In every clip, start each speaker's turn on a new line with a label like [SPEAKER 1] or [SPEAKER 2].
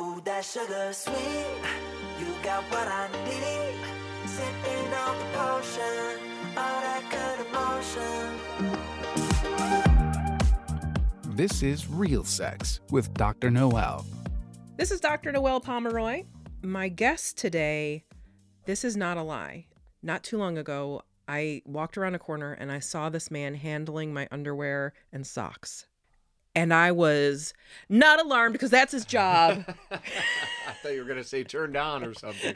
[SPEAKER 1] Ooh, that sugar sweet. You got what I need. Sipping on the potion, all that good emotion.
[SPEAKER 2] This is Real Sex with Dr. Noel.
[SPEAKER 3] This is Dr. Noel Pomeroy. My guest today, this is not a lie. Not too long ago, I walked around a corner and I saw this man handling my underwear and socks. And I was not alarmed because that's his job.
[SPEAKER 4] I thought you were gonna say turned on or something.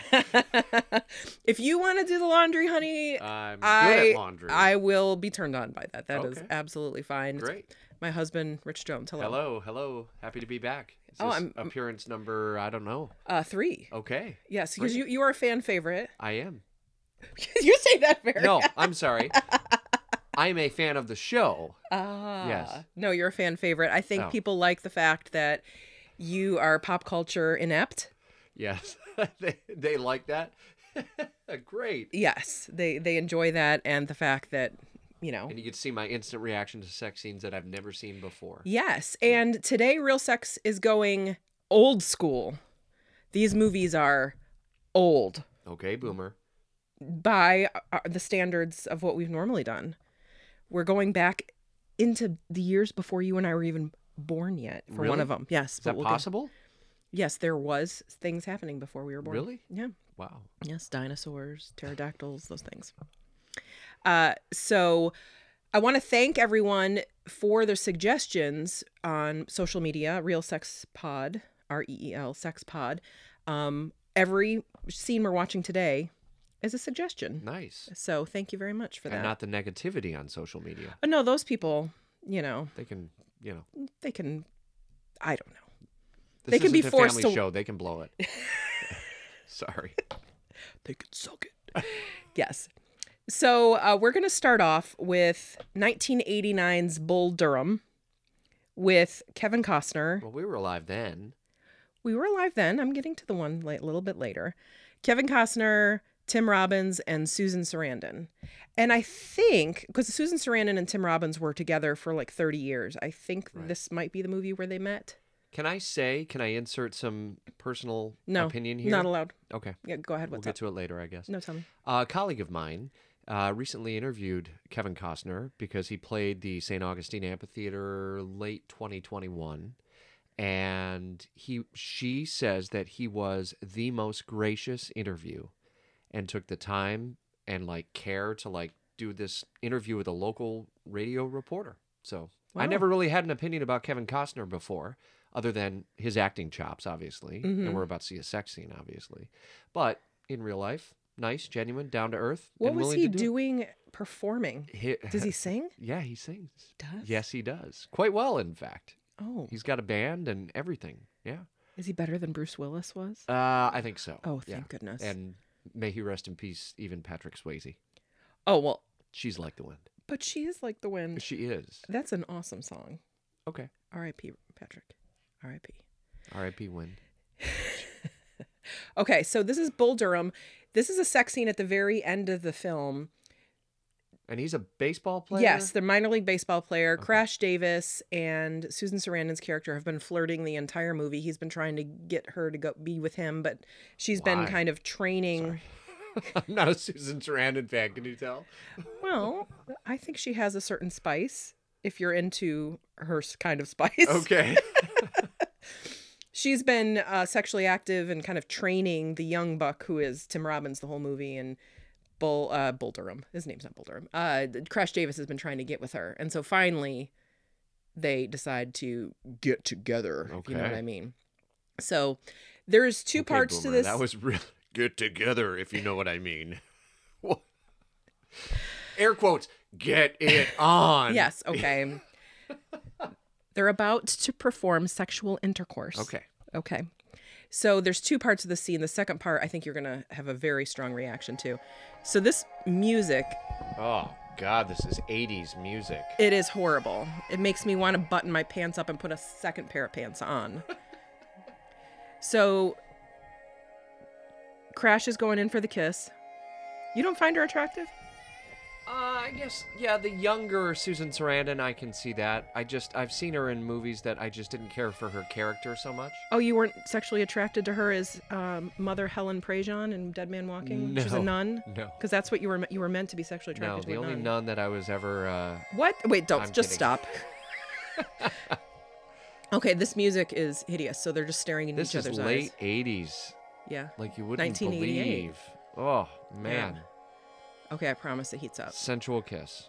[SPEAKER 3] if you want to do the laundry, honey,
[SPEAKER 4] I'm Uh, good
[SPEAKER 3] I
[SPEAKER 4] at laundry.
[SPEAKER 3] I will be turned on by that. That is
[SPEAKER 4] Okay.
[SPEAKER 3] absolutely fine. It's
[SPEAKER 4] Great.
[SPEAKER 3] My husband, Rich Jones. Hello.
[SPEAKER 4] Hello, hello. Happy to be back. Is
[SPEAKER 3] Oh,
[SPEAKER 4] this
[SPEAKER 3] I'm- I'm-
[SPEAKER 4] appearance number I don't know.
[SPEAKER 3] Uh, three.
[SPEAKER 4] Okay,
[SPEAKER 3] Yes, because you, you are a fan favorite.
[SPEAKER 4] I am.
[SPEAKER 3] you say that very
[SPEAKER 4] No, I'm sorry. I'm a fan of the show.
[SPEAKER 3] Ah,
[SPEAKER 4] Yes.
[SPEAKER 3] No, you're a fan favorite. I think
[SPEAKER 4] Oh.
[SPEAKER 3] people like the fact that you are pop culture inept.
[SPEAKER 4] Yes, they they like that. Great.
[SPEAKER 3] Yes, they they enjoy that and the fact that you know.
[SPEAKER 4] And you can see my instant reaction to sex scenes that I've never seen before.
[SPEAKER 3] Yes, and today real sex is going old school. These movies are old
[SPEAKER 4] Okay, boomer.
[SPEAKER 3] by uh, the standards of what we've normally done. We're going back into the years before you and I were even born yet for one
[SPEAKER 4] Really?
[SPEAKER 3] of them. Yes,
[SPEAKER 4] Is
[SPEAKER 3] but
[SPEAKER 4] that
[SPEAKER 3] we'll get-
[SPEAKER 4] possible?
[SPEAKER 3] Yes, there was things happening before we were born.
[SPEAKER 4] Really?
[SPEAKER 3] Yeah.
[SPEAKER 4] Wow.
[SPEAKER 3] Yes, dinosaurs, pterodactyls, those things. Uh, so I want to thank everyone for their suggestions on social media, Real Sex Pod, R E E L, Sex Pod. Um, every scene we're watching today is a suggestion.
[SPEAKER 4] Nice.
[SPEAKER 3] So thank you very much for that.
[SPEAKER 4] And not the negativity on social media.
[SPEAKER 3] Oh, no, those people, you know,
[SPEAKER 4] They can, you know,
[SPEAKER 3] they can, I don't know.
[SPEAKER 4] this
[SPEAKER 3] They can be
[SPEAKER 4] isn't a
[SPEAKER 3] forced
[SPEAKER 4] family
[SPEAKER 3] to-
[SPEAKER 4] show. They can blow it. Sorry.
[SPEAKER 3] They could suck it. yes. So uh, we're going to start off with 1989's Bull Durham with Kevin Costner.
[SPEAKER 4] Well, we were alive then.
[SPEAKER 3] We were alive then. I'm getting to the one la- a little bit later. Kevin Costner, Tim Robbins, and Susan Sarandon. And I think, because Susan Sarandon and Tim Robbins were together for like 30 years, I think
[SPEAKER 4] Right.
[SPEAKER 3] this might be the movie where they met.
[SPEAKER 4] Can I say? Can I insert some personal
[SPEAKER 3] No.
[SPEAKER 4] opinion here?
[SPEAKER 3] Not allowed.
[SPEAKER 4] Okay,
[SPEAKER 3] Yeah, go ahead.
[SPEAKER 4] we'll
[SPEAKER 3] What's
[SPEAKER 4] get
[SPEAKER 3] up?
[SPEAKER 4] to it later, I guess.
[SPEAKER 3] No, tell me.
[SPEAKER 4] a colleague of mine uh, recently interviewed Kevin Costner because he played the St. Augustine Amphitheater late 2021, and he she says that he was the most gracious interview, and took the time and like care to like do this interview with a local radio reporter. So
[SPEAKER 3] Wow.
[SPEAKER 4] I never really had an opinion about Kevin Costner before, other than his acting chops, obviously,
[SPEAKER 3] Mhm.
[SPEAKER 4] and we're about to see a sex scene, obviously, but in real life, nice, genuine, down to earth.
[SPEAKER 3] What
[SPEAKER 4] and
[SPEAKER 3] was
[SPEAKER 4] willing
[SPEAKER 3] he
[SPEAKER 4] to do
[SPEAKER 3] doing performing?
[SPEAKER 4] it. He-
[SPEAKER 3] Does he sing?
[SPEAKER 4] yeah, he sings.
[SPEAKER 3] Does?
[SPEAKER 4] Yes, he does. Quite well, in fact.
[SPEAKER 3] Oh,
[SPEAKER 4] He's got a band and everything. Yeah.
[SPEAKER 3] is he better than Bruce Willis was?
[SPEAKER 4] Uh, I think so.
[SPEAKER 3] oh, thank
[SPEAKER 4] yeah.
[SPEAKER 3] goodness.
[SPEAKER 4] And may he rest in peace, even Patrick Swayze.
[SPEAKER 3] oh well,
[SPEAKER 4] She's like the wind.
[SPEAKER 3] but she is like the wind.
[SPEAKER 4] She is.
[SPEAKER 3] That's an awesome song.
[SPEAKER 4] Okay.
[SPEAKER 3] R.I.P. Patrick. R.I.P.
[SPEAKER 4] R.I.P. Wind.
[SPEAKER 3] Okay, so this is Bull Durham. This is a sex scene at the very end of the film.
[SPEAKER 4] And he's a baseball player?
[SPEAKER 3] Yes, the minor league baseball player Crash Davis and Susan Sarandon's character have been flirting the entire movie. He's been trying to get her to go be with him, but she's been
[SPEAKER 4] Why?
[SPEAKER 3] kind of training.
[SPEAKER 4] I'm not a Susan Sarandon fan, can you tell?
[SPEAKER 3] Well, I think she has a certain spice. If you're into her s- kind of spice,
[SPEAKER 4] Okay.
[SPEAKER 3] she's been uh, sexually active and kind of training the young buck who is Tim Robbins the whole movie and Bull uh, Bull Durham. His name's not Bull Durham. Uh, Crash Davis has been trying to get with her, and so finally, they decide to get together. If you know what
[SPEAKER 4] Okay.
[SPEAKER 3] I mean. So there's two
[SPEAKER 4] Okay,
[SPEAKER 3] parts to
[SPEAKER 4] Boomer,
[SPEAKER 3] this.
[SPEAKER 4] That was really get together, if you know what I mean. What? Air quotes. Get it on.
[SPEAKER 3] yes. Okay. They're about to perform sexual intercourse.
[SPEAKER 4] Okay.
[SPEAKER 3] Okay. So there's two parts of the scene. The second part, I think you're going to have a very strong reaction to. So this music,
[SPEAKER 4] Oh God, this is '80s music.
[SPEAKER 3] it is horrible. It makes me want to button my pants up and put a second pair of pants on. so Crash is going in for the kiss. You don't find her attractive?
[SPEAKER 4] Uh, I guess yeah, the younger Susan Sarandon, I can see that. I just I've seen her in movies that I just didn't care for her character so much.
[SPEAKER 3] Oh, you weren't sexually attracted to her as um, Mother Helen Prejean in Dead Man Walking? She was a
[SPEAKER 4] No.
[SPEAKER 3] nun.
[SPEAKER 4] No.
[SPEAKER 3] Because that's what you were you were meant to be sexually
[SPEAKER 4] No,
[SPEAKER 3] attracted
[SPEAKER 4] the
[SPEAKER 3] to. a
[SPEAKER 4] only
[SPEAKER 3] nun.
[SPEAKER 4] nun that I was ever uh,
[SPEAKER 3] What? Wait, don't
[SPEAKER 4] I'm
[SPEAKER 3] just
[SPEAKER 4] kidding.
[SPEAKER 3] stop. okay, this music is hideous. So they're just staring in
[SPEAKER 4] this
[SPEAKER 3] each
[SPEAKER 4] is
[SPEAKER 3] other's eyes.
[SPEAKER 4] late '80s,
[SPEAKER 3] Yeah.
[SPEAKER 4] like you wouldn't
[SPEAKER 3] 1988.
[SPEAKER 4] believe. Oh man,
[SPEAKER 3] Okay, I promise it heats up.
[SPEAKER 4] sensual kiss,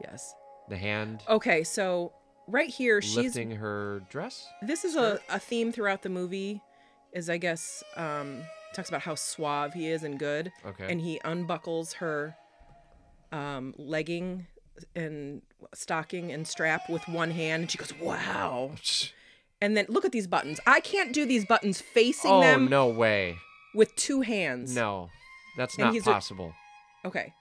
[SPEAKER 3] Yes.
[SPEAKER 4] the hand
[SPEAKER 3] Okay, so right here she's
[SPEAKER 4] lifting her dress.
[SPEAKER 3] this is a, a theme throughout the movie is i guess um talks about how suave he is and good
[SPEAKER 4] Okay.
[SPEAKER 3] and he unbuckles her um legging and stocking and strap with one hand and she goes wow and then look at these buttons i can't do these buttons facing
[SPEAKER 4] Oh
[SPEAKER 3] them
[SPEAKER 4] no way!
[SPEAKER 3] with two hands
[SPEAKER 4] No, that's
[SPEAKER 3] And
[SPEAKER 4] not
[SPEAKER 3] he's a-
[SPEAKER 4] possible.
[SPEAKER 3] okay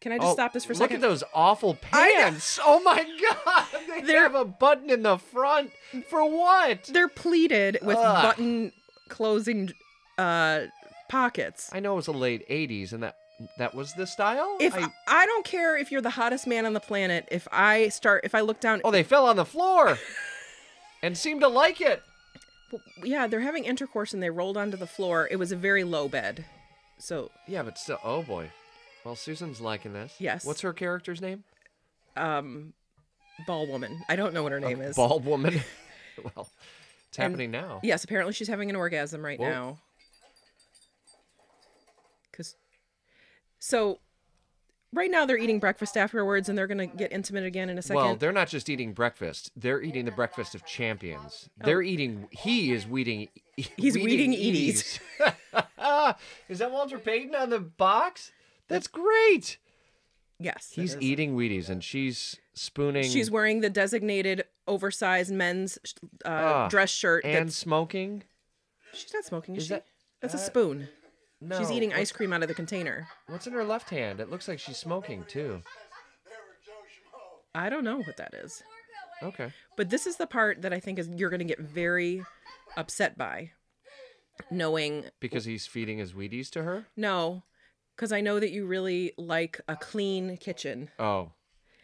[SPEAKER 3] can i just
[SPEAKER 4] Oh,
[SPEAKER 3] stop this for a
[SPEAKER 4] look
[SPEAKER 3] second
[SPEAKER 4] at those awful
[SPEAKER 3] I know.
[SPEAKER 4] pants! Oh my god! They
[SPEAKER 3] They're-
[SPEAKER 4] have a button in the front for what?
[SPEAKER 3] they're pleated with
[SPEAKER 4] Ugh.
[SPEAKER 3] button closing uh pockets
[SPEAKER 4] I know it was the late '80s, and that that was the style.
[SPEAKER 3] If I,
[SPEAKER 4] I-
[SPEAKER 3] don't care if you're the hottest man on the planet, if I start, if I look down,
[SPEAKER 4] oh, they fell on the floor and seemed to like it.
[SPEAKER 3] yeah, they're having intercourse and they rolled onto the floor. It was a very low bed, so
[SPEAKER 4] Yeah, but still, oh boy. Well, Susan's liking this.
[SPEAKER 3] Yes.
[SPEAKER 4] What's her character's name?
[SPEAKER 3] um, ball woman. I don't know what her name is.
[SPEAKER 4] Bald woman. well, it's happening now.
[SPEAKER 3] Yes, apparently she's having an orgasm right
[SPEAKER 4] Whoa.
[SPEAKER 3] now. Cause, so, right now they're eating breakfast afterwards and they're gonna get intimate again in a second.
[SPEAKER 4] Well, they're not just eating breakfast. They're eating the breakfast of champions. They're eating. He is weeding.
[SPEAKER 3] Oh. He's weeding Edie's.
[SPEAKER 4] Edie's. is that Walter Payton on the box? That's great.
[SPEAKER 3] yes, it
[SPEAKER 4] He's
[SPEAKER 3] is.
[SPEAKER 4] eating Wheaties and she's spooning
[SPEAKER 3] She's wearing the designated oversized men's uh,
[SPEAKER 4] Ah,
[SPEAKER 3] dress shirt
[SPEAKER 4] and smoking.
[SPEAKER 3] She's not smoking, is,
[SPEAKER 4] Is
[SPEAKER 3] she?
[SPEAKER 4] that-
[SPEAKER 3] That's a
[SPEAKER 4] uh,
[SPEAKER 3] spoon.
[SPEAKER 4] No,
[SPEAKER 3] She's eating
[SPEAKER 4] what's-
[SPEAKER 3] ice cream out of the container.
[SPEAKER 4] What's in her left hand? It looks like she's smoking too.
[SPEAKER 3] I don't know what that is.
[SPEAKER 4] Okay.
[SPEAKER 3] But this is the part that I think is you're going to get very upset by knowing
[SPEAKER 4] Because he's feeding his Wheaties to her?
[SPEAKER 3] no cuz I know that you really like a clean kitchen.
[SPEAKER 4] Oh.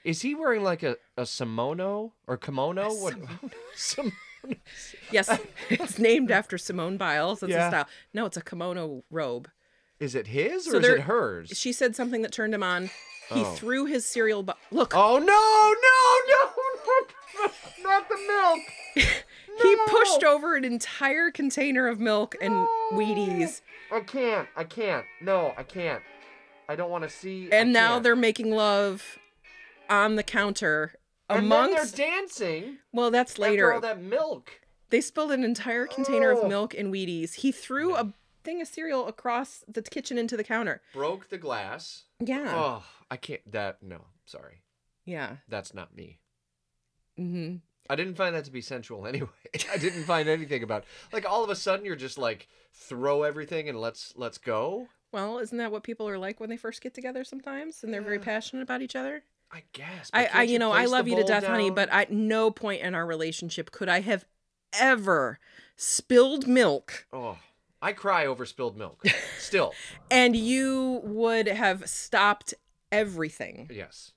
[SPEAKER 4] Is he wearing like a, a kimono or kimono? What? Sim-
[SPEAKER 3] Yes, it's named after Simone Biles. That's
[SPEAKER 4] Yeah.
[SPEAKER 3] a style. No, it's a kimono robe.
[SPEAKER 4] is it his or
[SPEAKER 3] So
[SPEAKER 4] is it
[SPEAKER 3] there-
[SPEAKER 4] hers?
[SPEAKER 3] She said something that turned him on. He
[SPEAKER 4] Oh.
[SPEAKER 3] threw his cereal bo- Look,
[SPEAKER 4] Oh no, no, no, not the milk.
[SPEAKER 3] he pushed over an entire container of milk and Wheaties
[SPEAKER 4] I can't, I can't. No, I can't. I don't want to see. I
[SPEAKER 3] and now
[SPEAKER 4] can't.
[SPEAKER 3] they're making love on the counter
[SPEAKER 4] And then
[SPEAKER 3] amongst
[SPEAKER 4] they're dancing
[SPEAKER 3] well that's
[SPEAKER 4] after
[SPEAKER 3] later
[SPEAKER 4] all that milk.
[SPEAKER 3] they spilled an entire container
[SPEAKER 4] Oh.
[SPEAKER 3] of milk and wheaties he threw a thing of cereal across the kitchen into the counter
[SPEAKER 4] Broke the glass.
[SPEAKER 3] yeah
[SPEAKER 4] Oh, I can't. That no, sorry,
[SPEAKER 3] yeah
[SPEAKER 4] that's not me.
[SPEAKER 3] hmm
[SPEAKER 4] I didn't find that to be sensual anyway. I didn't find anything about like all of a sudden you're just like throw everything and let's let's go.
[SPEAKER 3] well isn't that what people are like when they first get together sometimes and they're very passionate about each other
[SPEAKER 4] I guess. but
[SPEAKER 3] i, I
[SPEAKER 4] can't
[SPEAKER 3] you know i
[SPEAKER 4] place the
[SPEAKER 3] love you to
[SPEAKER 4] bowl
[SPEAKER 3] death honey
[SPEAKER 4] down?
[SPEAKER 3] but at no point in our relationship could i have ever spilled milk
[SPEAKER 4] oh, I cry over spilled milk. Still,
[SPEAKER 3] and you would have stopped everything
[SPEAKER 4] yes.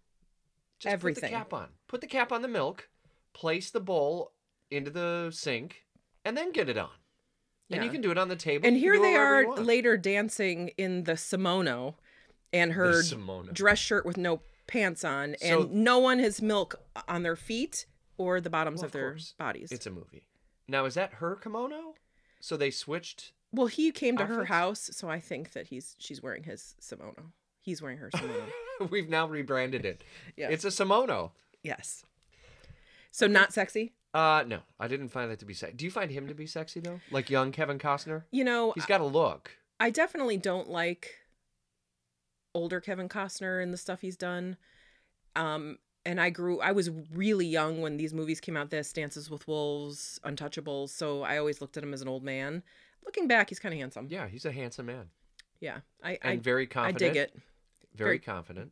[SPEAKER 4] Just Put
[SPEAKER 3] Everything.
[SPEAKER 4] the cap on. Put the cap on the milk. Place the bowl into the sink, and then get it on. And you
[SPEAKER 3] Yeah.
[SPEAKER 4] can do it on the table.
[SPEAKER 3] And
[SPEAKER 4] you
[SPEAKER 3] here
[SPEAKER 4] can do it
[SPEAKER 3] they
[SPEAKER 4] wherever you
[SPEAKER 3] are
[SPEAKER 4] want.
[SPEAKER 3] later dancing in the kimono and her
[SPEAKER 4] The Simona.
[SPEAKER 3] dress shirt with no pants on, and
[SPEAKER 4] So-
[SPEAKER 3] no one has milk on their feet or the bottoms
[SPEAKER 4] Well,
[SPEAKER 3] of their
[SPEAKER 4] course.
[SPEAKER 3] bodies.
[SPEAKER 4] It's a movie. Now is that her kimono? So they switched.
[SPEAKER 3] well, he came to her
[SPEAKER 4] outfits?
[SPEAKER 3] house, so I think that he's she's wearing his kimono. He's wearing her kimono.
[SPEAKER 4] We've now rebranded it.
[SPEAKER 3] Yeah.
[SPEAKER 4] It's a Simono.
[SPEAKER 3] yes. So not sexy.
[SPEAKER 4] Uh, no, I didn't find that to be sexy. Do you find him to be sexy though? Like young Kevin Costner?
[SPEAKER 3] You know,
[SPEAKER 4] He's got a look.
[SPEAKER 3] I definitely don't like older Kevin Costner and the stuff he's done. Um, and I grew, I was really young when these movies came out. This Dances with Wolves, Untouchables. So I always looked at him as an old man. Looking back, he's kind of handsome.
[SPEAKER 4] Yeah, he's a handsome man
[SPEAKER 3] Yeah, I,
[SPEAKER 4] and
[SPEAKER 3] I,
[SPEAKER 4] very
[SPEAKER 3] I
[SPEAKER 4] confident.
[SPEAKER 3] dig it.
[SPEAKER 4] Very,
[SPEAKER 3] Very-
[SPEAKER 4] confident.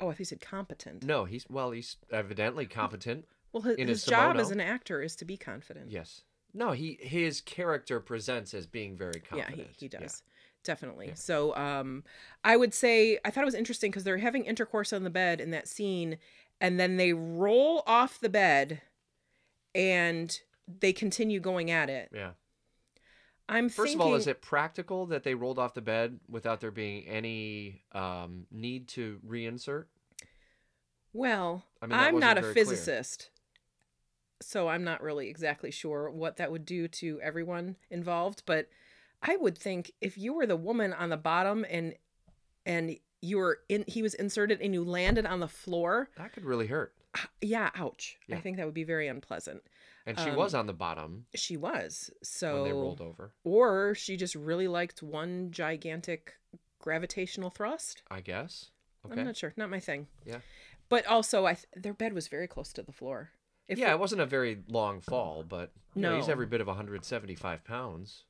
[SPEAKER 3] Oh, I thought you said competent.
[SPEAKER 4] No, he's well, he's evidently competent.
[SPEAKER 3] Well, his,
[SPEAKER 4] In his
[SPEAKER 3] his job
[SPEAKER 4] kimono.
[SPEAKER 3] as an actor is to be confident.
[SPEAKER 4] Yes. No, he his character presents as being very
[SPEAKER 3] yeah,
[SPEAKER 4] confident.
[SPEAKER 3] he, he does. definitely. So um, I would say I thought it was interesting because they're having intercourse on the bed in that scene, and then they roll off the bed, and they continue going at it.
[SPEAKER 4] Yeah.
[SPEAKER 3] I'm
[SPEAKER 4] First
[SPEAKER 3] thinking,
[SPEAKER 4] of all, is it practical that they rolled off the bed without there being any um, need to reinsert?
[SPEAKER 3] Well,
[SPEAKER 4] I
[SPEAKER 3] I
[SPEAKER 4] mean, that
[SPEAKER 3] am
[SPEAKER 4] wasn't
[SPEAKER 3] not a
[SPEAKER 4] very clear.
[SPEAKER 3] physicist, so I'm not really exactly sure what that would do to everyone involved. But I would think if you were the woman on the bottom and and you were in, he was inserted and you landed on the floor.
[SPEAKER 4] That could really hurt.
[SPEAKER 3] Uh, Yeah, ouch!
[SPEAKER 4] Yeah.
[SPEAKER 3] I think that would be very unpleasant.
[SPEAKER 4] And she
[SPEAKER 3] Um,
[SPEAKER 4] was on the bottom
[SPEAKER 3] She was so,
[SPEAKER 4] when they rolled over.
[SPEAKER 3] or she just really liked one gigantic gravitational thrust.
[SPEAKER 4] I guess. Okay.
[SPEAKER 3] I'm not sure, not my thing.
[SPEAKER 4] Yeah.
[SPEAKER 3] but also I th- their bed was very close to the floor. If
[SPEAKER 4] yeah, it wasn't a very long fall, but you know, he's
[SPEAKER 3] No.
[SPEAKER 4] every bit of 175 pounds.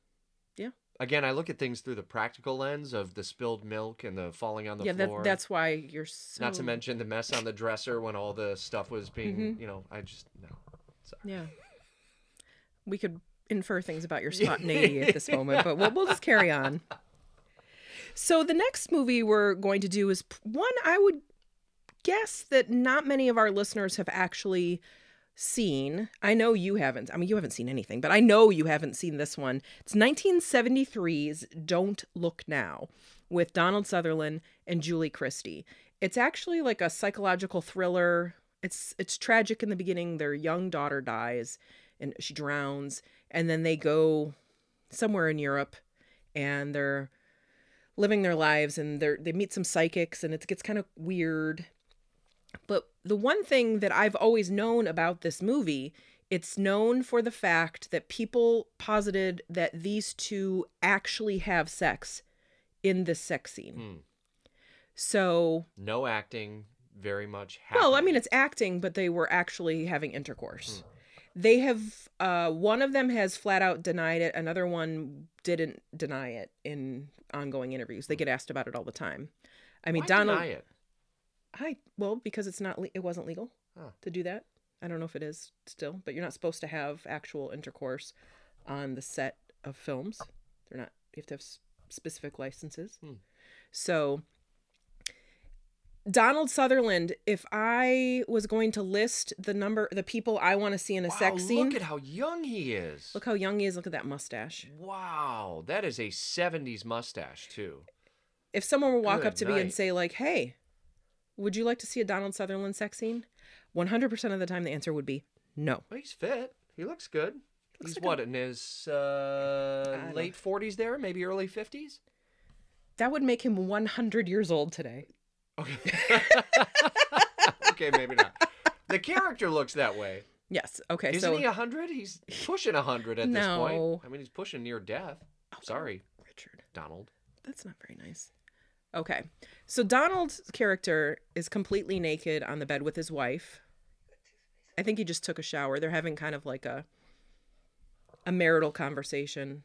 [SPEAKER 3] Yeah.
[SPEAKER 4] Again, I look at things through the practical lens of the spilled milk and the falling on the
[SPEAKER 3] yeah,
[SPEAKER 4] floor.
[SPEAKER 3] that, that's why you're so.
[SPEAKER 4] not to mention the mess on the dresser when all the stuff was being,
[SPEAKER 3] Mhm.
[SPEAKER 4] you know, I just no. Sorry.
[SPEAKER 3] Yeah. We could infer things about your spontaneity at this moment, but we'll, we'll just carry on. So the next movie we're going to do is p- one I would guess that not many of our listeners have actually seen. I know you haven't. I mean, you haven't seen anything, but I know you haven't seen this one. It's 1973's Don't Look Now with Donald Sutherland and Julie Christie. It's actually like a psychological thriller. It's it's tragic in the beginning. Their young daughter dies and she drowns and then they go somewhere in Europe and they're living their lives and they're they meet some psychics and it gets kind of weird. But the one thing that I've always known about this movie, it's known for the fact that people posited that these two actually have sex in the sex scene.
[SPEAKER 4] Hmm.
[SPEAKER 3] So,
[SPEAKER 4] No acting, very much
[SPEAKER 3] well, I
[SPEAKER 4] happening.
[SPEAKER 3] mean, it's acting, but they were actually having intercourse.
[SPEAKER 4] Hmm.
[SPEAKER 3] They have, uh, one of them has flat out denied it. Another one didn't deny it in ongoing interviews. They get asked about it all the time. I mean,
[SPEAKER 4] Hmm. Why
[SPEAKER 3] Donald.
[SPEAKER 4] deny it?
[SPEAKER 3] I well because it's not le- it wasn't legal
[SPEAKER 4] Huh.
[SPEAKER 3] to do that. I don't know if it is still, but you're not supposed to have actual intercourse on the set of films. They're not. You have to have s- specific licenses.
[SPEAKER 4] Hmm.
[SPEAKER 3] So Donald Sutherland, if I was going to list the number the people I want to see in a
[SPEAKER 4] wow,
[SPEAKER 3] sex scene,
[SPEAKER 4] Look at how young he is.
[SPEAKER 3] look how young he is. Look at that mustache.
[SPEAKER 4] Wow, that is a 70s mustache too.
[SPEAKER 3] if someone would walk
[SPEAKER 4] Good
[SPEAKER 3] up to me and
[SPEAKER 4] night.
[SPEAKER 3] say like hey would you like to see a donald sutherland sex scene 100% of the time the answer would be no
[SPEAKER 4] Well, he's fit. He looks good.
[SPEAKER 3] Looks
[SPEAKER 4] he's
[SPEAKER 3] like a-
[SPEAKER 4] what in his uh,
[SPEAKER 3] don't
[SPEAKER 4] late 40s there, maybe early 50s.
[SPEAKER 3] that would make him 100 years old today
[SPEAKER 4] Okay. okay, maybe not. The character looks that way.
[SPEAKER 3] yes okay
[SPEAKER 4] Isn't
[SPEAKER 3] so
[SPEAKER 4] he 100? He's pushing 100 at this
[SPEAKER 3] No. Oh,
[SPEAKER 4] point. I mean, he's pushing near death. Sorry,
[SPEAKER 3] richard
[SPEAKER 4] Donald.
[SPEAKER 3] that's not very nice okay so donald's character is completely naked on the bed with his wife i think he just took a shower they're having kind of like a a marital conversation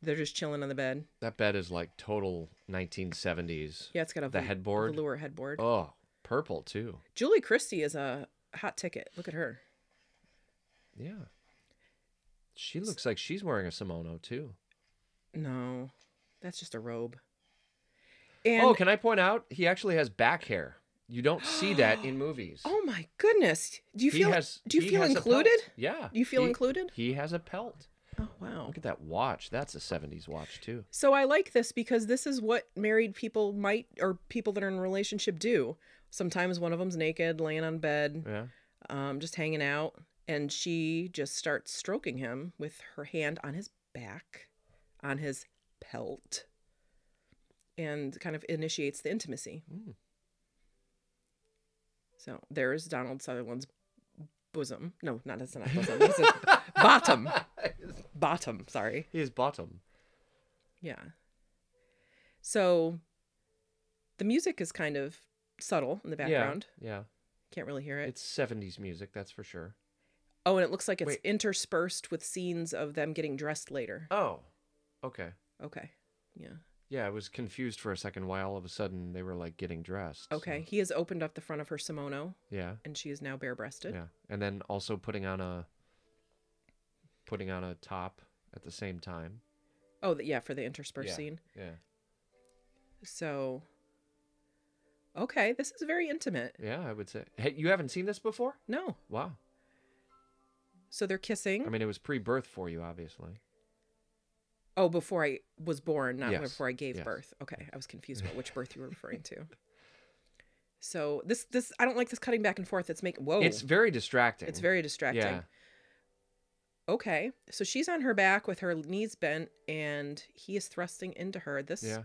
[SPEAKER 3] they're just chilling on the bed
[SPEAKER 4] That bed is like total 1970s.
[SPEAKER 3] yeah it's got a
[SPEAKER 4] The
[SPEAKER 3] vel-
[SPEAKER 4] headboard?
[SPEAKER 3] velour headboard
[SPEAKER 4] Oh, purple too.
[SPEAKER 3] Julie Christie is a hot ticket. Look at her.
[SPEAKER 4] Yeah. She looks like she's wearing a kimono too.
[SPEAKER 3] No, that's just a robe. And
[SPEAKER 4] oh, can I point out he actually has back hair? You don't see that in movies.
[SPEAKER 3] oh my goodness, do you
[SPEAKER 4] He
[SPEAKER 3] feel?
[SPEAKER 4] has-
[SPEAKER 3] do you
[SPEAKER 4] he
[SPEAKER 3] feel
[SPEAKER 4] has a
[SPEAKER 3] included?
[SPEAKER 4] pelt. Yeah.
[SPEAKER 3] Do you feel
[SPEAKER 4] he-
[SPEAKER 3] included?
[SPEAKER 4] He has a pelt.
[SPEAKER 3] Oh wow.
[SPEAKER 4] Look at that watch. That's a 70s watch too.
[SPEAKER 3] So I like this because this is what married people might or people that are in a relationship do. Sometimes one of them's naked, laying on bed,
[SPEAKER 4] Yeah.
[SPEAKER 3] um, just hanging out, and she just starts stroking him with her hand on his back, on his pelt, and kind of initiates the intimacy.
[SPEAKER 4] Mm.
[SPEAKER 3] So there's Donald Sutherland's bosom. No, not that's not bosom. That's his bottom. Bottom. Sorry.
[SPEAKER 4] His bottom.
[SPEAKER 3] Yeah. So the music is kind of subtle in the background.
[SPEAKER 4] Yeah.
[SPEAKER 3] Can't really hear
[SPEAKER 4] yeah.
[SPEAKER 3] it.
[SPEAKER 4] It's 70s music, that's for sure.
[SPEAKER 3] oh, and it looks like it's
[SPEAKER 4] Wait.
[SPEAKER 3] interspersed with scenes of them getting dressed later.
[SPEAKER 4] Oh. Okay.
[SPEAKER 3] Okay. Yeah.
[SPEAKER 4] Yeah, I was confused for a second why all of a sudden they were like getting dressed. so-
[SPEAKER 3] Okay. He has opened up the front of her kimono
[SPEAKER 4] Yeah.
[SPEAKER 3] and she is now bare breasted.
[SPEAKER 4] Yeah. And then also putting on a putting on a top at the same time.
[SPEAKER 3] Oh, th- yeah, for the interspersed
[SPEAKER 4] Yeah,
[SPEAKER 3] scene.
[SPEAKER 4] Yeah.
[SPEAKER 3] So, okay, this is very intimate.
[SPEAKER 4] Yeah, I would say. Hey, you haven't seen this before?
[SPEAKER 3] No.
[SPEAKER 4] Wow.
[SPEAKER 3] So they're kissing.
[SPEAKER 4] I mean, it was pre-birth for you, obviously.
[SPEAKER 3] oh, before I was born, not
[SPEAKER 4] Yes,
[SPEAKER 3] before I gave
[SPEAKER 4] yes.
[SPEAKER 3] birth. Okay, I was confused about which birth you were referring to. So this this I don't like this cutting back and forth. It's making whoa.
[SPEAKER 4] It's very distracting.
[SPEAKER 3] Oh. It's very distracting.
[SPEAKER 4] Yeah.
[SPEAKER 3] Okay, so she's on her back with her knees bent, and he is thrusting into her. This
[SPEAKER 4] Yeah.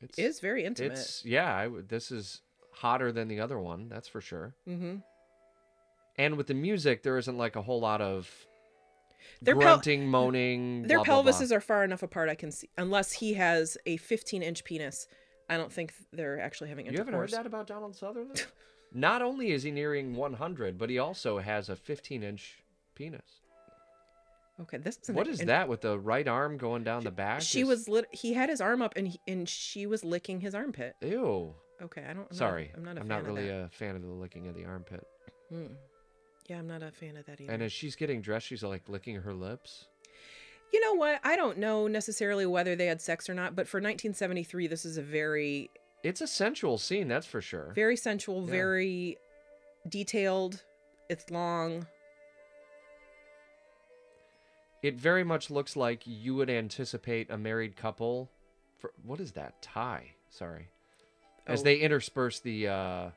[SPEAKER 4] It's,
[SPEAKER 3] is very intimate.
[SPEAKER 4] It's yeah. I would. This is hotter than the other one. That's for sure.
[SPEAKER 3] hmm
[SPEAKER 4] And with the music, there isn't like a whole lot of
[SPEAKER 3] Their pel-
[SPEAKER 4] grunting, moaning.
[SPEAKER 3] Their
[SPEAKER 4] blah, blah, blah.
[SPEAKER 3] pelvises are far enough apart. I can see, unless he has a 15 inch penis. I don't think they're actually having
[SPEAKER 4] You
[SPEAKER 3] intercourse.
[SPEAKER 4] haven't heard that about Donald Sutherland? Not only is he nearing 100, but he also has a 15-inch penis.
[SPEAKER 3] Okay, this is an-
[SPEAKER 4] What is
[SPEAKER 3] an-
[SPEAKER 4] that with the right arm going down the back?
[SPEAKER 3] She
[SPEAKER 4] Is-
[SPEAKER 3] was lit. He had his arm up, and he, and she was licking his armpit.
[SPEAKER 4] Ew.
[SPEAKER 3] Okay, I don't. I'm
[SPEAKER 4] Sorry,
[SPEAKER 3] not, I'm not. A
[SPEAKER 4] I'm
[SPEAKER 3] fan
[SPEAKER 4] not really
[SPEAKER 3] Of that.
[SPEAKER 4] a fan of the licking of the armpit.
[SPEAKER 3] Mm. Yeah, I'm not a fan of that either.
[SPEAKER 4] And as she's getting dressed, she's like licking her lips.
[SPEAKER 3] You know what? I don't know necessarily whether they had sex or not, but for 1973, this is a very,
[SPEAKER 4] It's a sensual scene, that's for sure.
[SPEAKER 3] very sensual,
[SPEAKER 4] Yeah.
[SPEAKER 3] very detailed. It's long.
[SPEAKER 4] It very much looks like you would anticipate a married couple. For, what is that tie? Sorry, as
[SPEAKER 3] Oh.
[SPEAKER 4] they intersperse the uh,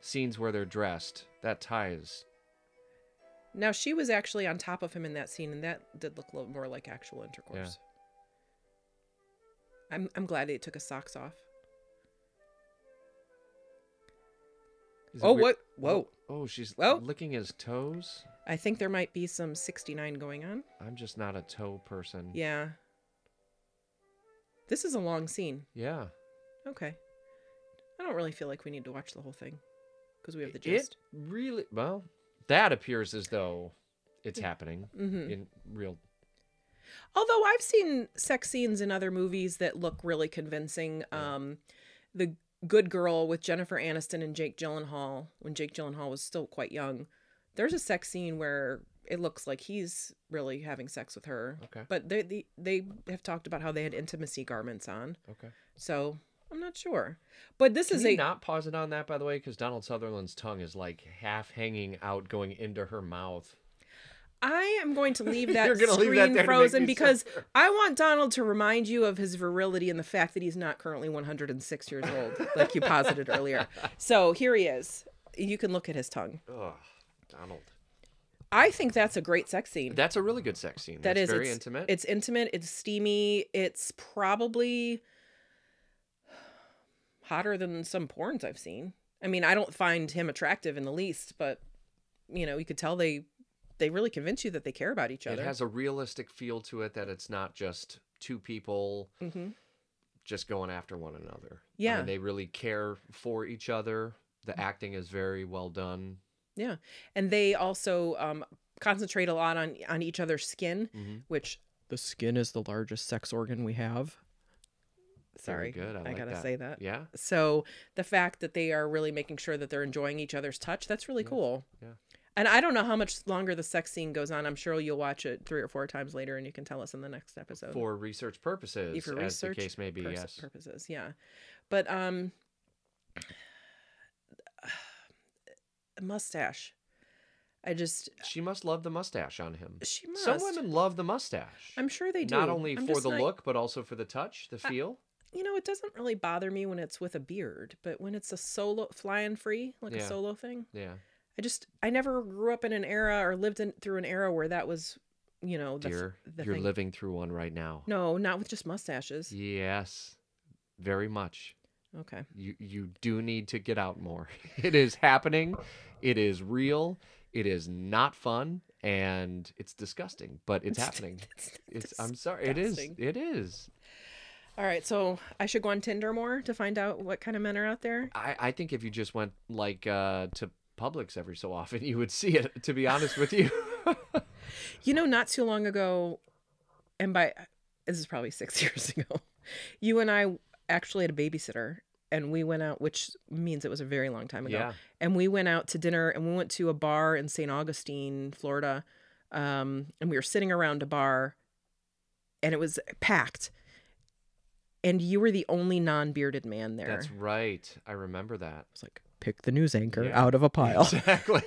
[SPEAKER 4] scenes where they're dressed, that tie is
[SPEAKER 3] Now she was actually on top of him in that scene, and that did look a little more like actual intercourse. I'm I'm glad they took his socks off.
[SPEAKER 4] Is it
[SPEAKER 3] Oh,
[SPEAKER 4] weir-
[SPEAKER 3] what? Whoa.
[SPEAKER 4] Oh, she's
[SPEAKER 3] Whoa.
[SPEAKER 4] licking his toes.
[SPEAKER 3] I think there might be some 69 going on.
[SPEAKER 4] I'm just not a toe person.
[SPEAKER 3] Yeah. This is a long scene.
[SPEAKER 4] Yeah.
[SPEAKER 3] Okay. I don't really feel like we need to watch the whole thing because we have the
[SPEAKER 4] It
[SPEAKER 3] gist.
[SPEAKER 4] really well. That appears as though it's happening
[SPEAKER 3] Mhm.
[SPEAKER 4] in real.
[SPEAKER 3] Although I've seen sex scenes in other movies that look really convincing. Um, the Good Girl with Jennifer Aniston and Jake Gyllenhaal, when Jake Gyllenhaal was still quite young, there's a sex scene where it looks like he's really having sex with her.
[SPEAKER 4] Okay.
[SPEAKER 3] But they they, they have talked about how they had intimacy garments on,
[SPEAKER 4] Okay.
[SPEAKER 3] so I'm not sure. But this
[SPEAKER 4] Can
[SPEAKER 3] is
[SPEAKER 4] you
[SPEAKER 3] a
[SPEAKER 4] not pause it on that, by the way? Because Donald Sutherland's tongue is like half hanging out, going into her mouth.
[SPEAKER 3] I am going to leave that
[SPEAKER 4] You're gonna
[SPEAKER 3] screen
[SPEAKER 4] leave that there to make
[SPEAKER 3] frozen
[SPEAKER 4] me
[SPEAKER 3] because
[SPEAKER 4] suffer.
[SPEAKER 3] I want Donald to remind you of his virility and the fact that he's not currently 106 years old, like you posited earlier. So here he is. You can look at his tongue.
[SPEAKER 4] Ugh, Donald.
[SPEAKER 3] I think that's a great sex scene.
[SPEAKER 4] That's a really good sex scene.
[SPEAKER 3] That
[SPEAKER 4] That's
[SPEAKER 3] is,
[SPEAKER 4] very
[SPEAKER 3] it's,
[SPEAKER 4] intimate.
[SPEAKER 3] It's intimate. It's steamy. It's probably hotter than some porns I've seen. I mean, I don't find him attractive in the least, but you know, you could tell they they really convince you that they care about each
[SPEAKER 4] it
[SPEAKER 3] other.
[SPEAKER 4] has a realistic feel to it that it's not just two people
[SPEAKER 3] hmm
[SPEAKER 4] just going after one another. I
[SPEAKER 3] Yeah. Mm-hmm.
[SPEAKER 4] mean, they really care for each other. The acting is very well done.
[SPEAKER 3] Yeah, and they also um, concentrate a lot on on each other's skin,
[SPEAKER 4] Mhm.
[SPEAKER 3] which Mm-hmm. the skin is the largest sex organ we have. Sorry,
[SPEAKER 4] Very good. I, like
[SPEAKER 3] gotta
[SPEAKER 4] that.
[SPEAKER 3] say that.
[SPEAKER 4] Yeah.
[SPEAKER 3] So the fact that they are really making sure that they're enjoying each other's touch—that's really cool.
[SPEAKER 4] yeah.
[SPEAKER 3] And I don't know how much longer the sex scene goes on. I'm sure you'll watch it three or four times later, and you can tell us in the next episode
[SPEAKER 4] For research purposes,
[SPEAKER 3] if for
[SPEAKER 4] as
[SPEAKER 3] research
[SPEAKER 4] the case may be,
[SPEAKER 3] pers-
[SPEAKER 4] yes.
[SPEAKER 3] purposes yeah but um mustache i just
[SPEAKER 4] She must love the mustache on him.
[SPEAKER 3] she must
[SPEAKER 4] Some women love the mustache.
[SPEAKER 3] i'm sure they do
[SPEAKER 4] Not only
[SPEAKER 3] I'm
[SPEAKER 4] for
[SPEAKER 3] just
[SPEAKER 4] the
[SPEAKER 3] not-
[SPEAKER 4] look, but also for the touch, the feel.
[SPEAKER 3] you know it doesn't really bother me when it's with a beard but when it's a solo flying free like a
[SPEAKER 4] Yeah.
[SPEAKER 3] solo thing
[SPEAKER 4] yeah.
[SPEAKER 3] i just i never grew up in an era or lived in through an era where that was you know the, f-
[SPEAKER 4] Dear,
[SPEAKER 3] the
[SPEAKER 4] you're
[SPEAKER 3] thing
[SPEAKER 4] living through one right now.
[SPEAKER 3] no not with just mustaches
[SPEAKER 4] Yes. Very much.
[SPEAKER 3] okay
[SPEAKER 4] You you do need to get out more. It is happening. It is real. It is not fun and it's disgusting, but it's happening.
[SPEAKER 3] It's not
[SPEAKER 4] It's I'm sorry. It is.
[SPEAKER 3] disgusting.
[SPEAKER 4] It is.
[SPEAKER 3] All right, so I should go on Tinder more to find out what kind of men are out there.
[SPEAKER 4] I, I think if you just went like uh, to Publix every so often, you would see it. To be honest with you,
[SPEAKER 3] You know, not too long ago, and by this is probably six years ago, you and I actually had a babysitter and we went out, which means it was a very long time ago.
[SPEAKER 4] Yeah.
[SPEAKER 3] And we went out to dinner and we went to a bar in St. Augustine, Florida. Um, and we were sitting around a bar and it was packed. and you were the only non-bearded man there.
[SPEAKER 4] That's right. I remember that.
[SPEAKER 3] It's like pick the news anchor
[SPEAKER 4] Yeah.
[SPEAKER 3] out of a pile.
[SPEAKER 4] Exactly.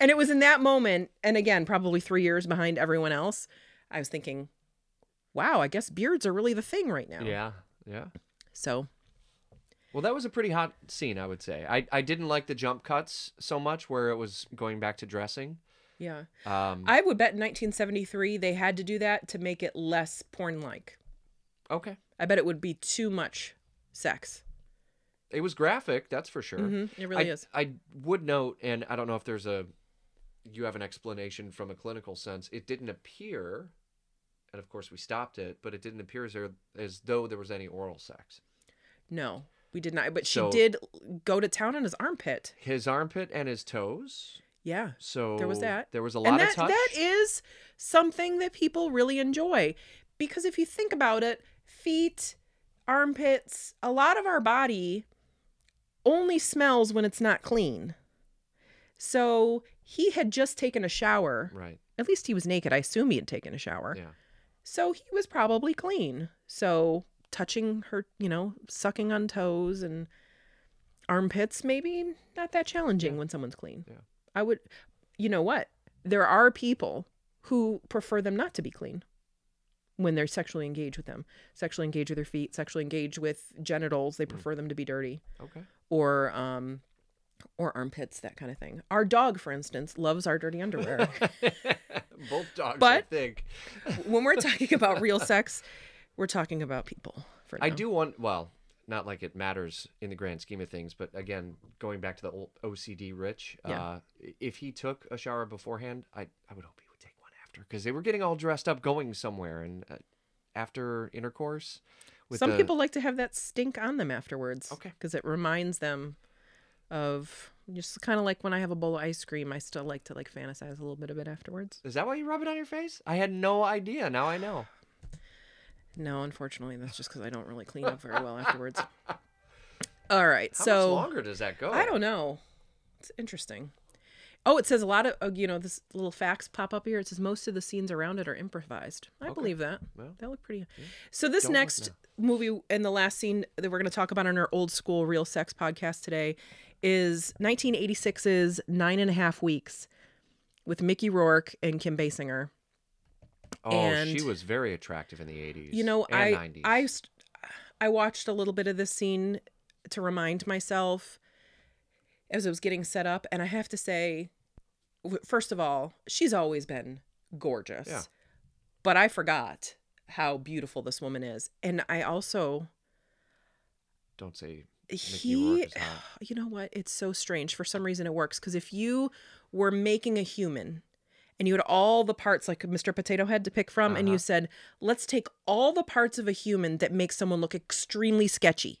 [SPEAKER 3] and it was in that moment, and again, probably three years behind everyone else, I was thinking, wow, I guess beards are really the thing right now.
[SPEAKER 4] yeah. Yeah.
[SPEAKER 3] So
[SPEAKER 4] Well, that was a pretty hot scene, I would say. I, I didn't like the jump cuts so much where it was going back to dressing.
[SPEAKER 3] yeah.
[SPEAKER 4] Um,
[SPEAKER 3] I would bet in 1973 they had to do that to make it less porn like.
[SPEAKER 4] okay.
[SPEAKER 3] I bet it would be too much sex.
[SPEAKER 4] It was graphic, that's for sure.
[SPEAKER 3] hmm It really
[SPEAKER 4] I,
[SPEAKER 3] is.
[SPEAKER 4] I would note, and I don't know if there's a, you have an explanation from a clinical sense. It didn't appear, and of course we stopped it, but it didn't appear as, there, as though there was any oral sex.
[SPEAKER 3] No, we did not. But she
[SPEAKER 4] So-
[SPEAKER 3] did go to town on his armpit.
[SPEAKER 4] His armpit and his toes.
[SPEAKER 3] Yeah.
[SPEAKER 4] So
[SPEAKER 3] There was that.
[SPEAKER 4] There was a lot
[SPEAKER 3] And that,
[SPEAKER 4] of touch.
[SPEAKER 3] that is something that people really enjoy. Because if you think about it, feet, armpits, a lot of our body only smells when it's not clean. So he had just taken a shower.
[SPEAKER 4] right.
[SPEAKER 3] At least he was naked. I assume he had taken a shower.
[SPEAKER 4] Yeah.
[SPEAKER 3] So he was probably clean. So touching her, you know, sucking on toes and armpits, maybe not that challenging when someone's clean.
[SPEAKER 4] Yeah.
[SPEAKER 3] I would, you know what? There are people who prefer them not to be clean when they're sexually engaged with them, sexually engaged with their feet, sexually engaged with genitals.
[SPEAKER 4] Mm.
[SPEAKER 3] They prefer them to be dirty
[SPEAKER 4] Okay.
[SPEAKER 3] or, um, or armpits, that kind of thing. Our dog, for instance, loves our dirty underwear.
[SPEAKER 4] Both dogs, I
[SPEAKER 3] But-
[SPEAKER 4] think.
[SPEAKER 3] when we're talking about real sex, we're talking about people. For now.
[SPEAKER 4] I do want, well, not like it matters in the grand scheme of things, but again, going back to the old OCD Rich,
[SPEAKER 3] Yeah.
[SPEAKER 4] uh, if he took a shower beforehand, I, I would hope he would take one after because they were getting all dressed up going somewhere and uh, after intercourse. With
[SPEAKER 3] Some
[SPEAKER 4] the-
[SPEAKER 3] people like to have that stink on them afterwards.
[SPEAKER 4] Okay.
[SPEAKER 3] Because it reminds them of just kind of like when I have a bowl of ice cream, I still like to like fantasize a little bit of it afterwards.
[SPEAKER 4] Is that why you rub it on your face? I had no idea. Now I know.
[SPEAKER 3] No, unfortunately, that's just because I don't really clean up very well afterwards. All right.
[SPEAKER 4] How
[SPEAKER 3] so
[SPEAKER 4] much longer does that go?
[SPEAKER 3] I don't know. It's interesting. Oh, it says a lot of uh, you know this little facts pop up here. It says most of the scenes around it are improvised. I believe that.
[SPEAKER 4] Well,
[SPEAKER 3] that looked pretty. So this
[SPEAKER 4] Don't look
[SPEAKER 3] next movie and the last scene that we're going to talk about on our old school real sex podcast today is 1986's Nine and a Half Weeks with Mickey Rourke and Kim Basinger.
[SPEAKER 4] Oh, she
[SPEAKER 3] and-
[SPEAKER 4] was very attractive in the 80s.
[SPEAKER 3] You know,
[SPEAKER 4] and
[SPEAKER 3] I
[SPEAKER 4] 90s.
[SPEAKER 3] I st- I watched a little bit of this scene to remind myself as it was getting set up, and I have to say, w- first of all, she's always been gorgeous,
[SPEAKER 4] Yeah.
[SPEAKER 3] but I forgot how beautiful this woman is, and I also
[SPEAKER 4] don't say
[SPEAKER 3] he,
[SPEAKER 4] Rourke is hot.
[SPEAKER 3] you know what? It's so strange. For some reason, it works because if you were making a human and you had all the parts like Mr. Potato Head to pick from, and you
[SPEAKER 4] Uh-huh.
[SPEAKER 3] said, let's take all the parts of a human that make someone look extremely sketchy,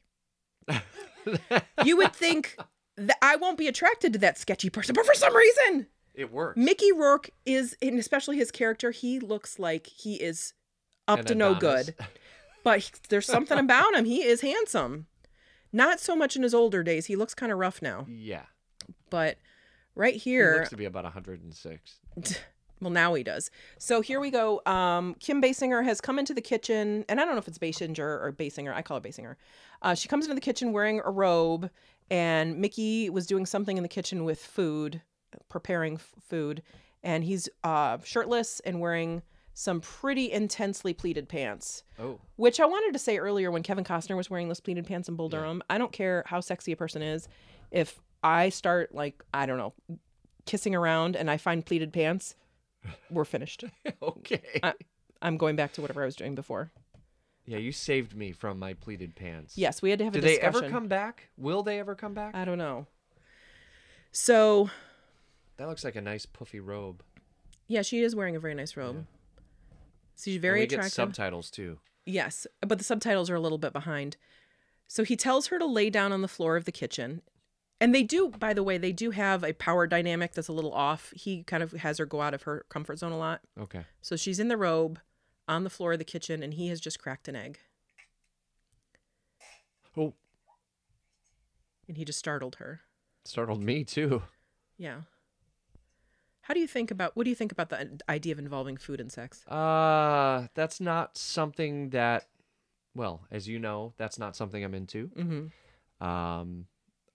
[SPEAKER 3] you would think that I won't be attracted to that sketchy person. But for some reason,
[SPEAKER 4] it works.
[SPEAKER 3] Mickey Rourke is, and especially his character, he looks like he is up
[SPEAKER 4] An
[SPEAKER 3] to no
[SPEAKER 4] Adonis.
[SPEAKER 3] good but he- there's something about him. He is handsome. Not so much in his older days. He looks kind of rough now.
[SPEAKER 4] yeah.
[SPEAKER 3] But right
[SPEAKER 4] He
[SPEAKER 3] here,
[SPEAKER 4] looks to be about 106.
[SPEAKER 3] well, now he does. So here we go. Um, Kim Basinger has come into the kitchen, and I don't know if it's Basinger or Basinger. I call her Basinger. Uh, she comes into the kitchen wearing a robe, and Mickey was doing something in the kitchen with food, preparing f- food, and he's uh, shirtless and wearing some pretty intensely pleated pants.
[SPEAKER 4] Oh.
[SPEAKER 3] Which I wanted to say earlier when Kevin Costner was wearing those pleated pants in Bull Durham. I don't care how sexy a person is. If I start, like, I don't know, kissing around and I find pleated pants, we're finished.
[SPEAKER 4] Okay.
[SPEAKER 3] I- I'm going back to whatever I was doing before.
[SPEAKER 4] yeah, you saved me from my pleated pants.
[SPEAKER 3] Yes, we had to have
[SPEAKER 4] Do
[SPEAKER 3] a
[SPEAKER 4] they
[SPEAKER 3] discussion.
[SPEAKER 4] ever come back? Will they ever come back?
[SPEAKER 3] I don't know. So,
[SPEAKER 4] that looks like a nice puffy robe.
[SPEAKER 3] yeah, she is wearing a very nice robe. So she's very
[SPEAKER 4] and we
[SPEAKER 3] attractive.
[SPEAKER 4] get subtitles too.
[SPEAKER 3] Yes, but the subtitles are a little bit behind. So he tells her to lay down on the floor of the kitchen. And they do, by the way, they do have a power dynamic that's a little off. He kind of has her go out of her comfort zone a lot.
[SPEAKER 4] Okay.
[SPEAKER 3] So she's in the robe on the floor of the kitchen and he has just cracked an egg
[SPEAKER 4] Oh,
[SPEAKER 3] and he just startled her.
[SPEAKER 4] startled me too.
[SPEAKER 3] Yeah. How do you think about what do you think about the idea of involving food and sex?
[SPEAKER 4] Uh, that's not something that well, as you know, that's not something I'm into.
[SPEAKER 3] Mm-hmm.
[SPEAKER 4] Um,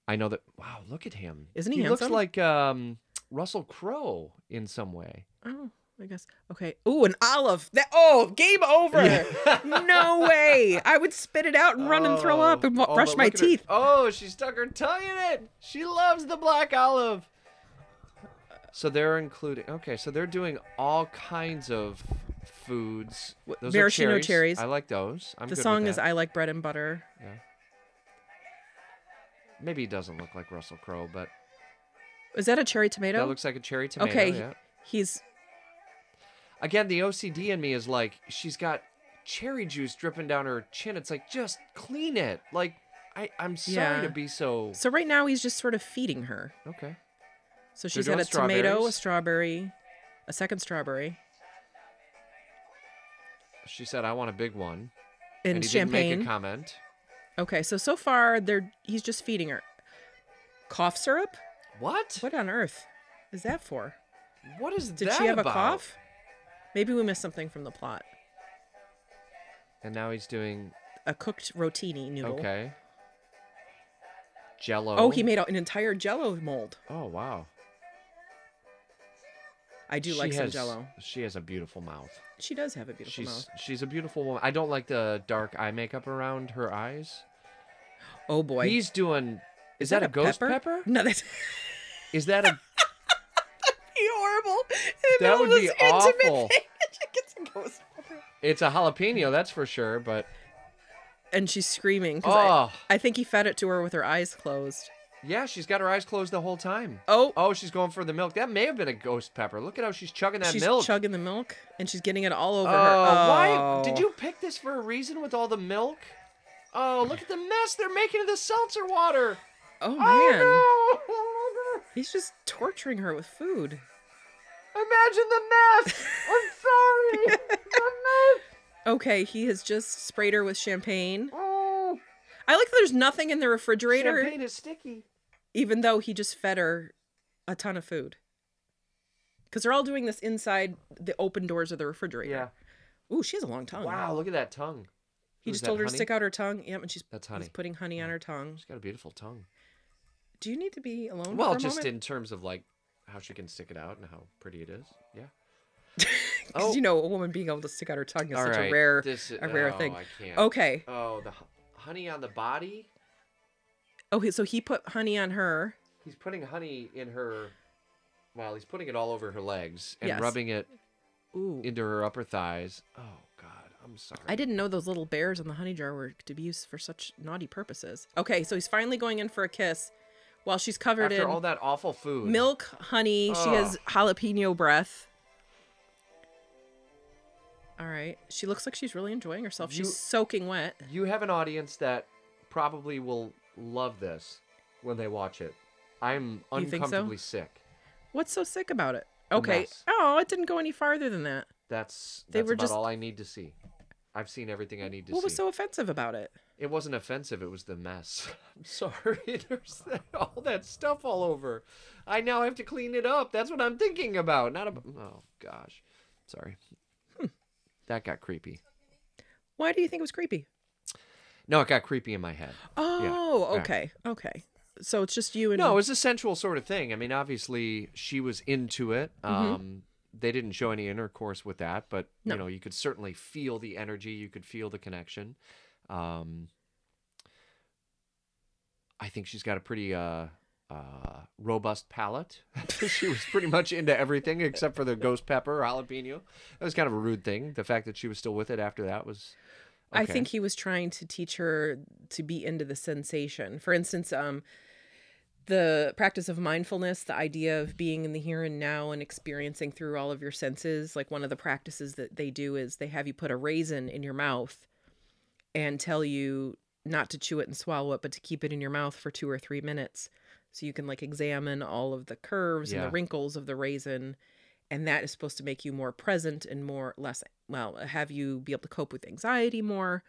[SPEAKER 4] I know that. Wow, look at him.
[SPEAKER 3] Isn't he
[SPEAKER 4] looks
[SPEAKER 3] handsome?
[SPEAKER 4] like um, Russell Crowe in some way.
[SPEAKER 3] Oh, I guess. Okay. Ooh, an olive. That oh, game over. no way. I would spit it out and run and throw up and wa-
[SPEAKER 4] Oh,
[SPEAKER 3] brush
[SPEAKER 4] but
[SPEAKER 3] my
[SPEAKER 4] look at her-
[SPEAKER 3] teeth.
[SPEAKER 4] Oh, she stuck her tongue in it. She loves the black olive. So they're including. Okay, so they're doing all kinds of foods.
[SPEAKER 3] W-
[SPEAKER 4] Those are
[SPEAKER 3] maraschino
[SPEAKER 4] cherries.
[SPEAKER 3] cherries.
[SPEAKER 4] I like those. I'm
[SPEAKER 3] the
[SPEAKER 4] good with
[SPEAKER 3] song is
[SPEAKER 4] that.
[SPEAKER 3] I like bread and butter.
[SPEAKER 4] Maybe he doesn't look like Russell Crowe, but
[SPEAKER 3] Is that a cherry tomato?
[SPEAKER 4] that looks like a cherry tomato.
[SPEAKER 3] okay. he-
[SPEAKER 4] Yeah.
[SPEAKER 3] He's
[SPEAKER 4] Again, the OCD in me is like she's got cherry juice dripping down her chin. It's like just clean it. Like I, I'm sorry
[SPEAKER 3] Yeah.
[SPEAKER 4] to be so.
[SPEAKER 3] so right now he's just sort of feeding her.
[SPEAKER 4] Okay.
[SPEAKER 3] So she's
[SPEAKER 4] doing
[SPEAKER 3] got a tomato, a
[SPEAKER 4] strawberries.
[SPEAKER 3] strawberry, a second strawberry,
[SPEAKER 4] She said, "I want a big one,"
[SPEAKER 3] and,
[SPEAKER 4] he didn't
[SPEAKER 3] champagne.
[SPEAKER 4] make a comment.
[SPEAKER 3] okay, so so far they're he's just feeding her. Cough syrup?
[SPEAKER 4] What?
[SPEAKER 3] What on earth is that for?
[SPEAKER 4] What is
[SPEAKER 3] Did
[SPEAKER 4] that
[SPEAKER 3] she have
[SPEAKER 4] about?
[SPEAKER 3] a cough? Maybe we missed something from the plot.
[SPEAKER 4] And now he's doing
[SPEAKER 3] A cooked rotini noodle.
[SPEAKER 4] okay. Jello.
[SPEAKER 3] Oh, he made a- an entire Jello mold.
[SPEAKER 4] Oh wow.
[SPEAKER 3] I do
[SPEAKER 4] She
[SPEAKER 3] like some
[SPEAKER 4] has-
[SPEAKER 3] Jello.
[SPEAKER 4] She has a beautiful mouth.
[SPEAKER 3] She does have a beautiful
[SPEAKER 4] she's
[SPEAKER 3] mouth.
[SPEAKER 4] she's a beautiful woman. I don't like the dark eye makeup around her eyes.
[SPEAKER 3] Oh boy,
[SPEAKER 4] He's doing. Is, that, a, ghost pepper?
[SPEAKER 3] No, that's
[SPEAKER 4] Is that a?
[SPEAKER 3] horrible. In the
[SPEAKER 4] That
[SPEAKER 3] middle of
[SPEAKER 4] would be
[SPEAKER 3] this intimate
[SPEAKER 4] awful.
[SPEAKER 3] thing, she gets a ghost pepper.
[SPEAKER 4] it's a jalapeno, that's for sure. But
[SPEAKER 3] And she's screaming. 'cause
[SPEAKER 4] oh
[SPEAKER 3] I, I think he fed it to her with her eyes closed.
[SPEAKER 4] yeah, she's got her eyes closed the whole time.
[SPEAKER 3] Oh,
[SPEAKER 4] Oh, she's going for the milk. That may have been a ghost pepper. Look at how she's chugging that
[SPEAKER 3] she's
[SPEAKER 4] milk.
[SPEAKER 3] chugging the milk, and she's getting it all over
[SPEAKER 4] oh,
[SPEAKER 3] her.
[SPEAKER 4] why
[SPEAKER 3] Oh.
[SPEAKER 4] did you pick this for a reason with all the milk? Oh, look at the mess they're making of the seltzer water.
[SPEAKER 3] Oh man,
[SPEAKER 4] Oh no!
[SPEAKER 3] he's just torturing her with food.
[SPEAKER 4] Imagine the mess. I'm sorry. the mess.
[SPEAKER 3] Okay, he has just sprayed her with champagne.
[SPEAKER 4] Oh,
[SPEAKER 3] I like that there's nothing in the refrigerator,
[SPEAKER 4] champagne is sticky.
[SPEAKER 3] even though he just fed her a ton of food. Because they're all doing this inside the open doors of the refrigerator. Ooh, she has a long tongue.
[SPEAKER 4] Wow, look at that tongue.
[SPEAKER 3] He
[SPEAKER 4] Ooh, is
[SPEAKER 3] just
[SPEAKER 4] that
[SPEAKER 3] told her to
[SPEAKER 4] honey?
[SPEAKER 3] stick out her tongue. Yep, and she's
[SPEAKER 4] That's
[SPEAKER 3] he's
[SPEAKER 4] honey.
[SPEAKER 3] putting honey on her tongue.
[SPEAKER 4] She's got a beautiful tongue.
[SPEAKER 3] Do you need to be alone?
[SPEAKER 4] Well,
[SPEAKER 3] for a
[SPEAKER 4] just
[SPEAKER 3] moment?
[SPEAKER 4] in terms of like how she can stick it out and how pretty it is. Yeah. Oh.
[SPEAKER 3] 'Cause you know a woman being able to stick out her tongue is
[SPEAKER 4] All
[SPEAKER 3] such
[SPEAKER 4] right,
[SPEAKER 3] a rare,
[SPEAKER 4] this is-
[SPEAKER 3] a rare
[SPEAKER 4] no,
[SPEAKER 3] thing.
[SPEAKER 4] I can't.
[SPEAKER 3] Okay.
[SPEAKER 4] Oh, the hu- honey on the body.
[SPEAKER 3] Okay, so he put honey on her.
[SPEAKER 4] He's putting honey in her. Well, he's putting it all over her legs and
[SPEAKER 3] Yes.
[SPEAKER 4] rubbing it
[SPEAKER 3] Ooh.
[SPEAKER 4] into her upper thighs. Oh God, I'm sorry.
[SPEAKER 3] I didn't know those little bears in the honey jar were to be used for such naughty purposes. Okay, so he's finally going in for a kiss while she's covered
[SPEAKER 4] After
[SPEAKER 3] in
[SPEAKER 4] all that awful food.
[SPEAKER 3] milk, honey. She has jalapeno breath. All right. She looks like she's really enjoying herself.
[SPEAKER 4] You-
[SPEAKER 3] she's soaking wet.
[SPEAKER 4] You have an audience that probably will love this when they watch it. I'm
[SPEAKER 3] You think so?
[SPEAKER 4] uncomfortably sick.
[SPEAKER 3] What's so sick about it? Okay.
[SPEAKER 4] mess.
[SPEAKER 3] Oh, it didn't go any farther than that.
[SPEAKER 4] That's
[SPEAKER 3] They
[SPEAKER 4] that's
[SPEAKER 3] were
[SPEAKER 4] about
[SPEAKER 3] just-
[SPEAKER 4] all I need to see. I've seen everything I need to
[SPEAKER 3] What
[SPEAKER 4] see.
[SPEAKER 3] was so offensive about it?
[SPEAKER 4] It wasn't offensive. It was the mess. I'm sorry. There's that, all that stuff all over. I now have to clean it up. That's what I'm thinking about. Not about. Oh gosh. Sorry. That got creepy.
[SPEAKER 3] Why do you think it was creepy?
[SPEAKER 4] No, it got creepy in my head.
[SPEAKER 3] Oh,
[SPEAKER 4] yeah.
[SPEAKER 3] okay. Okay. So it's just you and
[SPEAKER 4] No, it was a sensual sort of thing. I mean, obviously she was into it.
[SPEAKER 3] Mm-hmm.
[SPEAKER 4] Um, they didn't show any intercourse with that, but you know, you could certainly feel the energy. You could feel the connection. Um, I think she's got a pretty uh, uh, robust palate. she was pretty much into everything except for the ghost pepper or jalapeno. That was kind of a rude thing. The fact that she was still with it after that was.
[SPEAKER 3] I
[SPEAKER 4] okay.
[SPEAKER 3] think he was trying to teach her to be into the sensation. For instance, um, the practice of mindfulness, the idea of being in the here and now and experiencing through all of your senses. Like one of the practices that they do is they have you put a raisin in your mouth and tell you not to chew it and swallow it, but to keep it in your mouth for two or three minutes. So you can like examine all of the curves and
[SPEAKER 4] Yeah.
[SPEAKER 3] the wrinkles of the raisin. And that is supposed to make you more present and more less, well, have you be able to cope with anxiety more.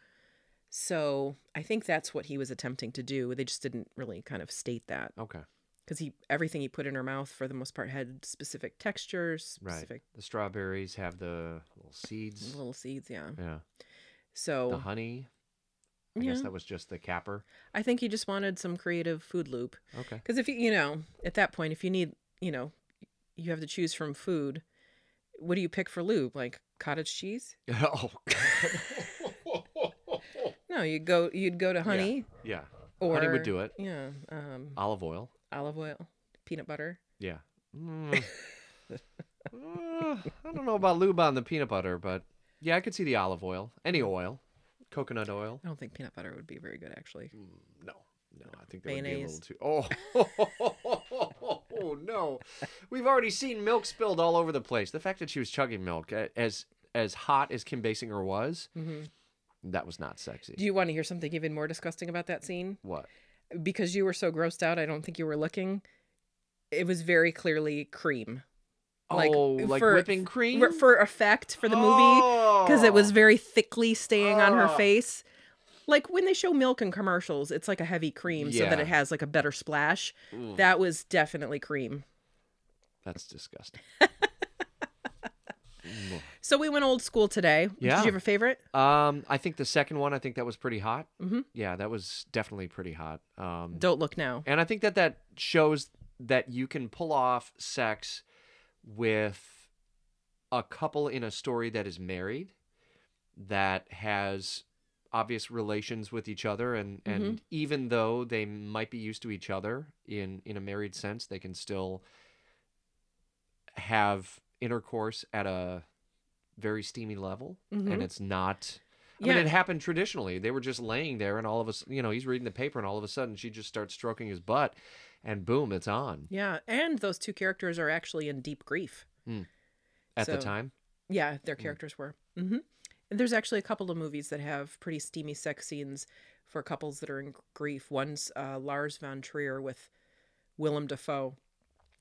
[SPEAKER 3] So I think that's what he was attempting to do. They just didn't really kind of state that
[SPEAKER 4] Okay.
[SPEAKER 3] because he everything he put in her mouth for the most part had specific textures,
[SPEAKER 4] Right.
[SPEAKER 3] specific
[SPEAKER 4] The strawberries have the little seeds.
[SPEAKER 3] little seeds. Yeah.
[SPEAKER 4] Yeah.
[SPEAKER 3] So
[SPEAKER 4] The honey. I guess
[SPEAKER 3] Yeah.
[SPEAKER 4] that was just the capper.
[SPEAKER 3] I think he just wanted some creative food loop.
[SPEAKER 4] Okay.
[SPEAKER 3] Because if you, you know, at that point, if you need, you know, you have to choose from food, what do you pick for lube? Like cottage cheese?
[SPEAKER 4] oh.
[SPEAKER 3] No, you go, you'd go to honey
[SPEAKER 4] yeah.
[SPEAKER 3] or.
[SPEAKER 4] Honey would do it.
[SPEAKER 3] Yeah. Um,
[SPEAKER 4] Olive oil.
[SPEAKER 3] olive oil, peanut butter.
[SPEAKER 4] Yeah. Mm. Uh, I don't know about lube on the peanut butter, but yeah, I could see the olive oil, any
[SPEAKER 3] Mm.
[SPEAKER 4] oil, coconut oil.
[SPEAKER 3] I don't think peanut butter would be very good, actually.
[SPEAKER 4] No, no, I think that would be a little
[SPEAKER 3] Mayonnaise.
[SPEAKER 4] too. Oh, no, we've already seen milk spilled all over the place. The fact that she was chugging milk, a- as as hot as Kim Basinger was, that was not sexy.
[SPEAKER 3] Mm-hmm. Do you want to hear something even more disgusting about that scene?
[SPEAKER 4] what?
[SPEAKER 3] Because you were so grossed out, I don't think you were looking. It was very clearly cream. Like,
[SPEAKER 4] oh, like
[SPEAKER 3] for-
[SPEAKER 4] whipping cream
[SPEAKER 3] For- For effect, for the movie. because it was very thickly staying on her
[SPEAKER 4] Oh.
[SPEAKER 3] face. Like when they show milk in commercials, it's like a heavy cream so that
[SPEAKER 4] Yeah.
[SPEAKER 3] it has like a better splash.
[SPEAKER 4] Ooh.
[SPEAKER 3] That was definitely cream.
[SPEAKER 4] That's disgusting.
[SPEAKER 3] So we went old school today.
[SPEAKER 4] Yeah.
[SPEAKER 3] Did you have a favorite?
[SPEAKER 4] Um, I think the second one, I think that was pretty hot.
[SPEAKER 3] Mhm.
[SPEAKER 4] Yeah, that was definitely pretty hot. Um,
[SPEAKER 3] Don't look now.
[SPEAKER 4] and I think that that shows that you can pull off sex with a couple in a story that is married, that has obvious relations with each other, and and even though they might be used to each other in in a married sense, they can still have intercourse at a very steamy level,
[SPEAKER 3] Mhm.
[SPEAKER 4] and it's not. I
[SPEAKER 3] Yeah.
[SPEAKER 4] mean, it happened traditionally. They were just laying there, and all of a sudden, you know, he's reading the paper, and all of a sudden, she just starts stroking his butt, and boom, it's on
[SPEAKER 3] Yeah. And those two characters are actually in deep grief.
[SPEAKER 4] Hmm. at
[SPEAKER 3] So-
[SPEAKER 4] the time.
[SPEAKER 3] Yeah, their characters were. hmm And there's actually a couple of movies that have pretty steamy sex scenes for couples that are in grief. One's uh, Lars von Trier with Willem Dafoe,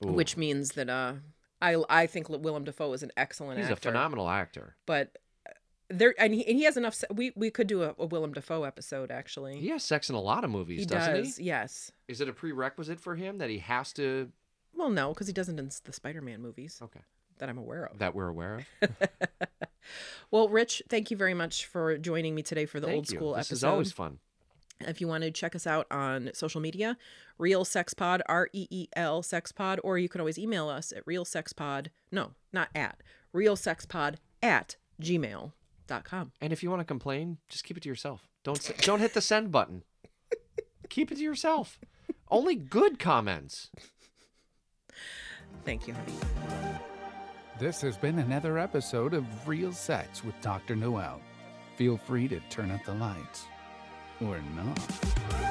[SPEAKER 4] Ooh.
[SPEAKER 3] which means that uh, I I think Willem Dafoe is an excellent
[SPEAKER 4] he's
[SPEAKER 3] actor.
[SPEAKER 4] a phenomenal actor.
[SPEAKER 3] But there and he, and he has enough. se- We we could do a, a Willem Dafoe episode actually.
[SPEAKER 4] He has sex in a lot of movies, doesn't he?
[SPEAKER 3] Yes.
[SPEAKER 4] Is it a prerequisite for him that he has to?
[SPEAKER 3] Well, no, because he doesn't in s- the Spider-Man movies
[SPEAKER 4] Okay,
[SPEAKER 3] that I'm aware of.
[SPEAKER 4] Oh. that we're aware of.
[SPEAKER 3] Well, Rich, thank you very much for joining me today for the
[SPEAKER 4] Thank
[SPEAKER 3] old
[SPEAKER 4] you.
[SPEAKER 3] school
[SPEAKER 4] This
[SPEAKER 3] episode.
[SPEAKER 4] is always fun.
[SPEAKER 3] If you want to check us out on social media, Real Sex Pod, R E E L Sex Pod, or you can always email us at realsexpod, no, not at, realsexpod at gmail.com.
[SPEAKER 4] And if you want to complain, just keep it to yourself. Don't s- don't hit the send button. keep it to yourself. Only good comments.
[SPEAKER 3] Thank you, honey.
[SPEAKER 2] This has been another episode of Real Sex with Dr. Noel. Feel free to turn up the lights. Or not.